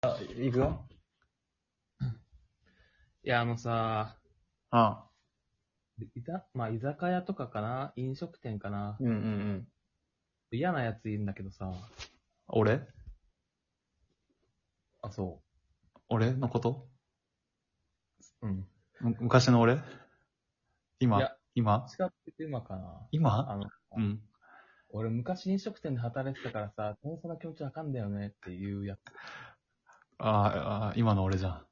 あ、行くよ。いや、あのさ、あいたまあ、居酒屋とかかな飲食店かなうんうんうん。嫌なやついるんだけどさ。俺あ、そ俺のことう。うん。む昔の俺い今や今違ってて今かな今あの、うん。俺昔飲食店で働いてたからさ、そのその気持ちわかんだよねっていうやつ。あーあー、今の俺じゃ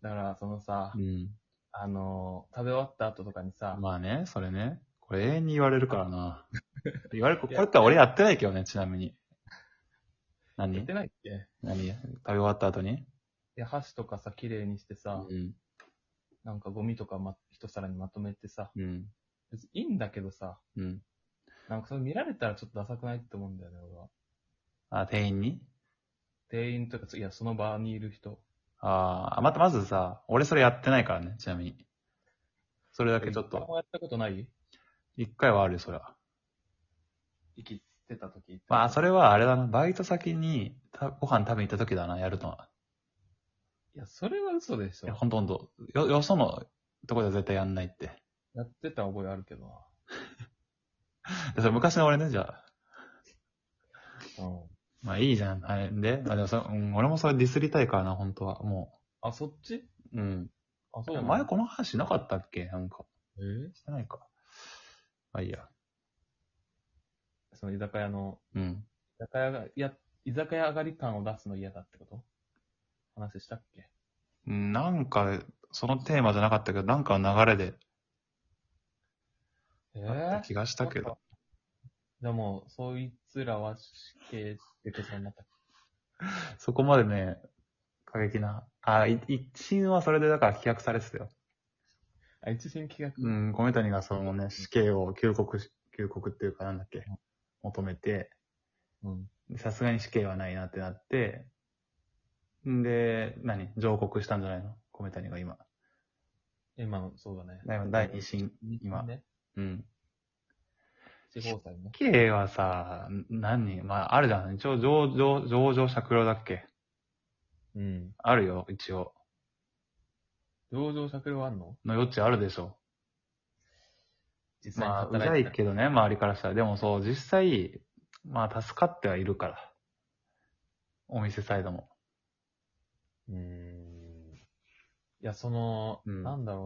だから、そのさん。、うん。あの、食べ終わった後とかにさ、まあね、それね。これ永遠に言われるから な。言われる、こいれやから俺やってないけどね、ちなみに。やっ何てないっけい何食べ終わった後にや、箸とかさ、綺麗にしてさ、ん。なんかゴミとかま、一皿にまとめてさ、うん。別にいいんだけどさ、うん。なんかそれ見られたらちょっとダサくないって思うんだよね、俺は。あ、店員に店員とか、いや、その場にいる人。ああ、またまずさ、俺それやってないからね、ちなみに。それだけちょっ一回と、もやったことない一回はあるよ、そりゃ。息ってた時まあ、それ。れはあれだな。バイト先にたご飯食べに行った時だな、やるのは。いや、それは嘘でしいょや、。ほんとほんと。よ、よそのとこでは絶対やんないって。やってた覚えあるけどでそれ昔の俺ね、じゃあ。な。うん。まあいいじゃん。はい。で、まあでもそ、うん、俺もそれディスりたいからな、本当は。もあ、そっちう。うん。あ、そうなの前この話しなかったっけなんか。えしてないか。まあいいや。ーその居酒屋の、うん。居酒屋が、いや、居酒屋上がり感を出すの嫌だってこと話したっけうんなんか、そのテーマじゃなかったけど、なんかの流れでえあった気がしたけなんどか。でも、そいつらは死刑ってことになった。そこまでね、過激な。あ、い一員はそれでだから棄却されてたよ。あ、一新企画。うん、米谷がそのね、死刑を休国し、休国っていうかなんだっけ、求めて、うん。でさすがに死刑はないなってなって、んで、何上告したんじゃないの米谷が今。今の、そうだね。だい第二審、今。ね。うん。地方裁ね。死刑はさ、何人まあ、あるじゃん。一応、上場、上場酌量だっけうん。あるよ、一応。上場酌量あんのの余地あるでしょ。実際にまあ、う働いてざいけどね、周りからしたら。でもそう、実際、まあ、助かってはいるから。お店サイドも。うーんいや、その、うんなんだろ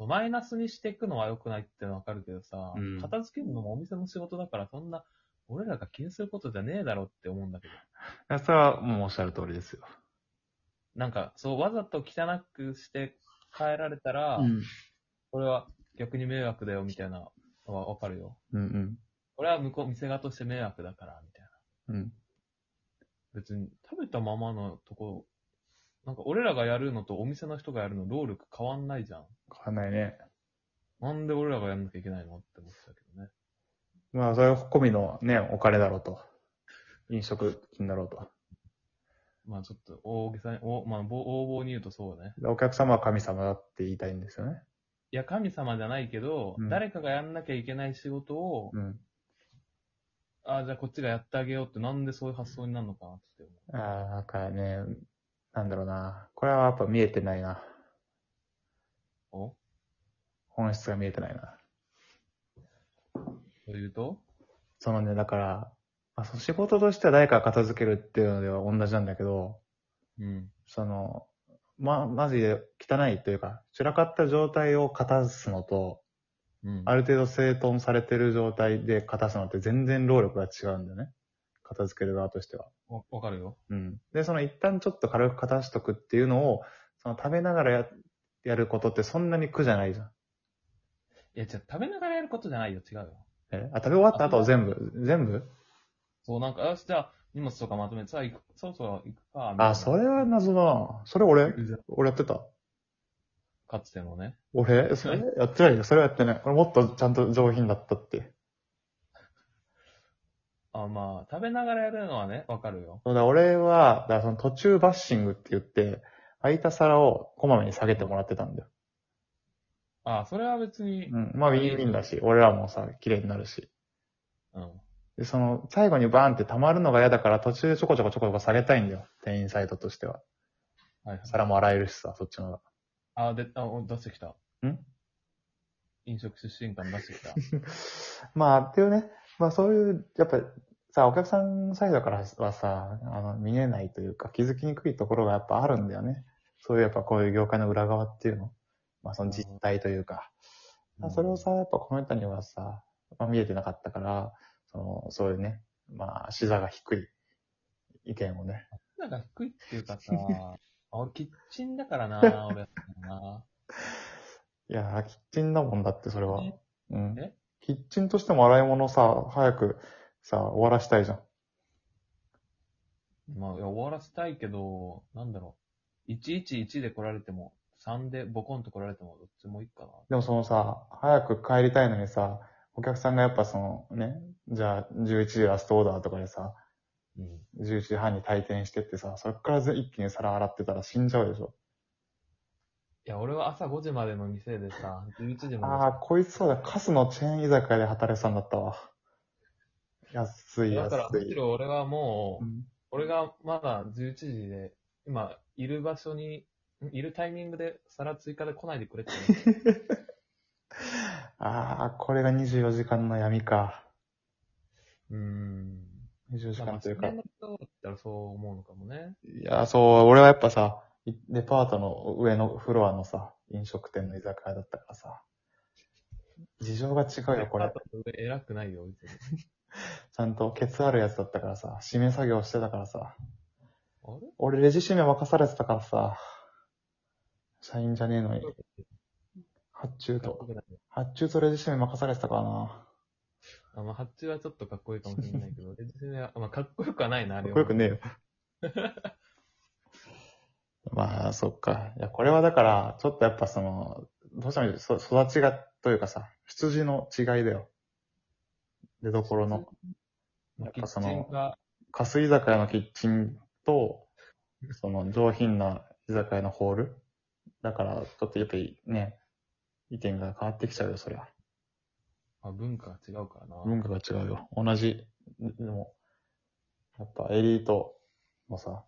うな、マイナスにしていくのは良くないってのはわかるけどさ、うん片付けるのもお店の仕事だから、そんな、俺らが気にすることじゃねえだろうって思うんだけど。いやそれはもうおっしゃる通りですよ。なんか、そう、わざと汚くして帰られたら、うん。これは逆に迷惑だよ、みたいなのはわかるよ。うんこれは向こう、店側として迷惑だから、みたいな。うん。うん。別に、食べたままのとこ、なんか俺らがやるのとお店の人がやるの労力変わんないじゃん。変わんないね。なんで俺らがやんなきゃいけないのって思ってたけどね。まあ、それは込みのね、お金だろうと。飲食金だろうと。まあちょっと大げさに、おまあ、ぼ横暴に言うとそうね。でお客様は神様だって言いたいんですよね。いや、神様じゃないけど、うん誰かがやんなきゃいけない仕事を、うん。ああ、じゃあこっちがやってあげようって、なんでそういう発想になるのかなって思う。ああ、だからね、なんだろうな。これはやっぱ見えてないな。お本質が見えてないな。というとそのね、だから、まあ、その仕事としては誰かが片付けるっていうのでは同じなんだけど、うん。その、ま、マジで汚いというか、散らかった状態を片すのと、うん。ある程度整頓されてる状態で片すのって全然労力が違うんだよね。片付ける側としては。わわかるよ。うん。で、その一旦ちょっと軽く片しとくっていうのを、その食べながらや、やることってそんなに苦じゃないじゃん。いや、じゃあ食べながらやることじゃないよ。違うよ。えあ、食べ終わった後全部、全部そう、なんか、よし、じゃあ荷物とかまとめて、さあ、行くそろそろ行くか。みたいなあ、それは謎だな。それ俺、俺やってた。かつてのね。俺、それやってないよ。それはやってない。俺もっとちゃんと上品だったって。あまあ、食べながらやるのはね、わかるよ。そうだ、俺は、だからその途中バッシングって言って、空いた皿をこまめに下げてもらってたんだよ。あそれは別に、うん。まあ、ウィンウィンだし、俺らもさ、綺麗になるし。うん。で、その、最後にバーンって溜まるのが嫌だから、途中でちょこちょこちょこちょこ下げたいんだよ。店員サイドとしては。はいはい。皿も洗えるしさ、そっちの方が。 あ、で、あ、お出してきた。ん飲食出身感出してきた。まあ、っていうね、まあそういう、やっぱさ、お客さんサイドからはさ、あの、見えないというか気づきにくいところがやっぱあるんだよね。そういうやっぱこういう業界の裏側っていうの。まあその実態というか。 まあそれをさ、やっぱこの人にはさ、まあ、見えてなかったから、その、そういうね、まあ、視座が低い意見をね。なんか低いっていうか さ、あ、俺キッチンだからな、俺や ったな。いやー、キッチンだもんだって、それは。えうんえ。キッチンとしても洗い物さ、早くさ、終わらしたいじゃん。まあ、いや終わらせたいけど、なんだろう。111で来られても、3でボコンと来られても、どっちもいいかな。でもそのさ、早く帰りたいのにさ、お客さんがやっぱそのね、じゃあ11時ラストオーダーとかでさ、うん。 11時半に退店してってさ、そっからず一気に皿洗ってたら死んじゃうでしょ。いや、俺は朝5時までの店でさ、11時ああ、まこいつそうだ、カスのチェーン居酒屋で働いてたんだったわ。安で。い、だ安から、むしい。ろ俺はもうう、ん俺がまだ11時で、今、いる場所に、んいるタイミングで皿追加で来ないでくれって思って。ああ、これが24時間の闇か。うーん。 24時ま間あ、とそいのうか。辺の人だったらそう思うのかもね。いや、そう、俺はやっぱさ、いデパートの上のフロアのさ、飲食店の居酒屋だったからさ、事情が違うよ、こあれと。偉くないよ、別に。ちゃんとケツあるやつだったからさ、締め作業してたからさ、あれ俺レジ締め任されてたからさ、社員じゃねえのに、発注、かっことよくない発注とレジ締め任されてたからな。あまあ、発注はちょっとかっこいいかもしれないけ ど、レジ攻めは、まあ、かっこよくはないな、あかれっはこよくねえよ。 まあ、そっか。いや、これはだから、ちょっとやっぱその、どうしてもそ育ちが、というかさ、羊の違いだよ。出どころの。やまあっキぱッそチのンが、カス居酒屋のキッチンと、その上品な居酒屋のホール。だから、ちょっとやっぱりね、意見が変わってきちゃうよ、そりゃ。まあ、文化が違うからな。文化が違うよ。同じ。ででも、やっぱエリートのさ、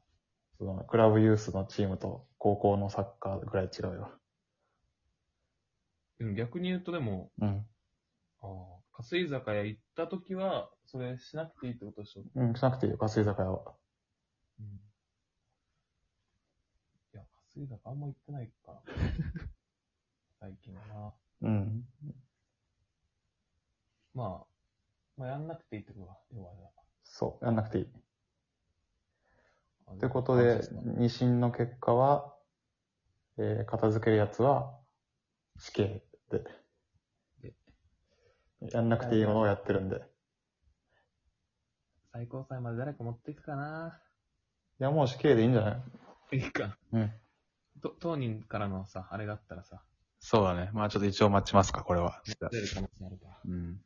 そのクラブユースのチームと高校のサッカーぐらい違うよ。でも逆に言うと、でも、うん。ああ、かす居酒屋行った時は、それしなくていいってことでしょ。うん、しなくていいよ、カス居酒屋は。うん、いや、かす居酒屋あんま行ってないから。 最近はな。うん。まあ、まあ、やんなくていいってことか。要はあれだそう、やんなくていい。あのということそうでですね、二審の結果は、えー、片付けるやつは死刑でで。やんなくていいものをやってるんで。い最高裁まで誰か持っていくかな。や、もう死刑でいいんじゃないいいか。うん。と当人からのさ、あれがあったらさ、そうだね。まあちょっと一応待ちますか、これは。出る可能性あるから。うん。っ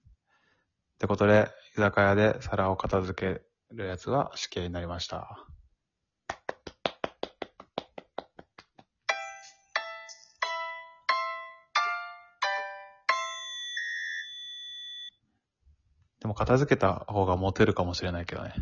てことで、居酒屋で皿を片付けるやつは死刑になりました。でも片付けた方がモテるかもしれないけどね。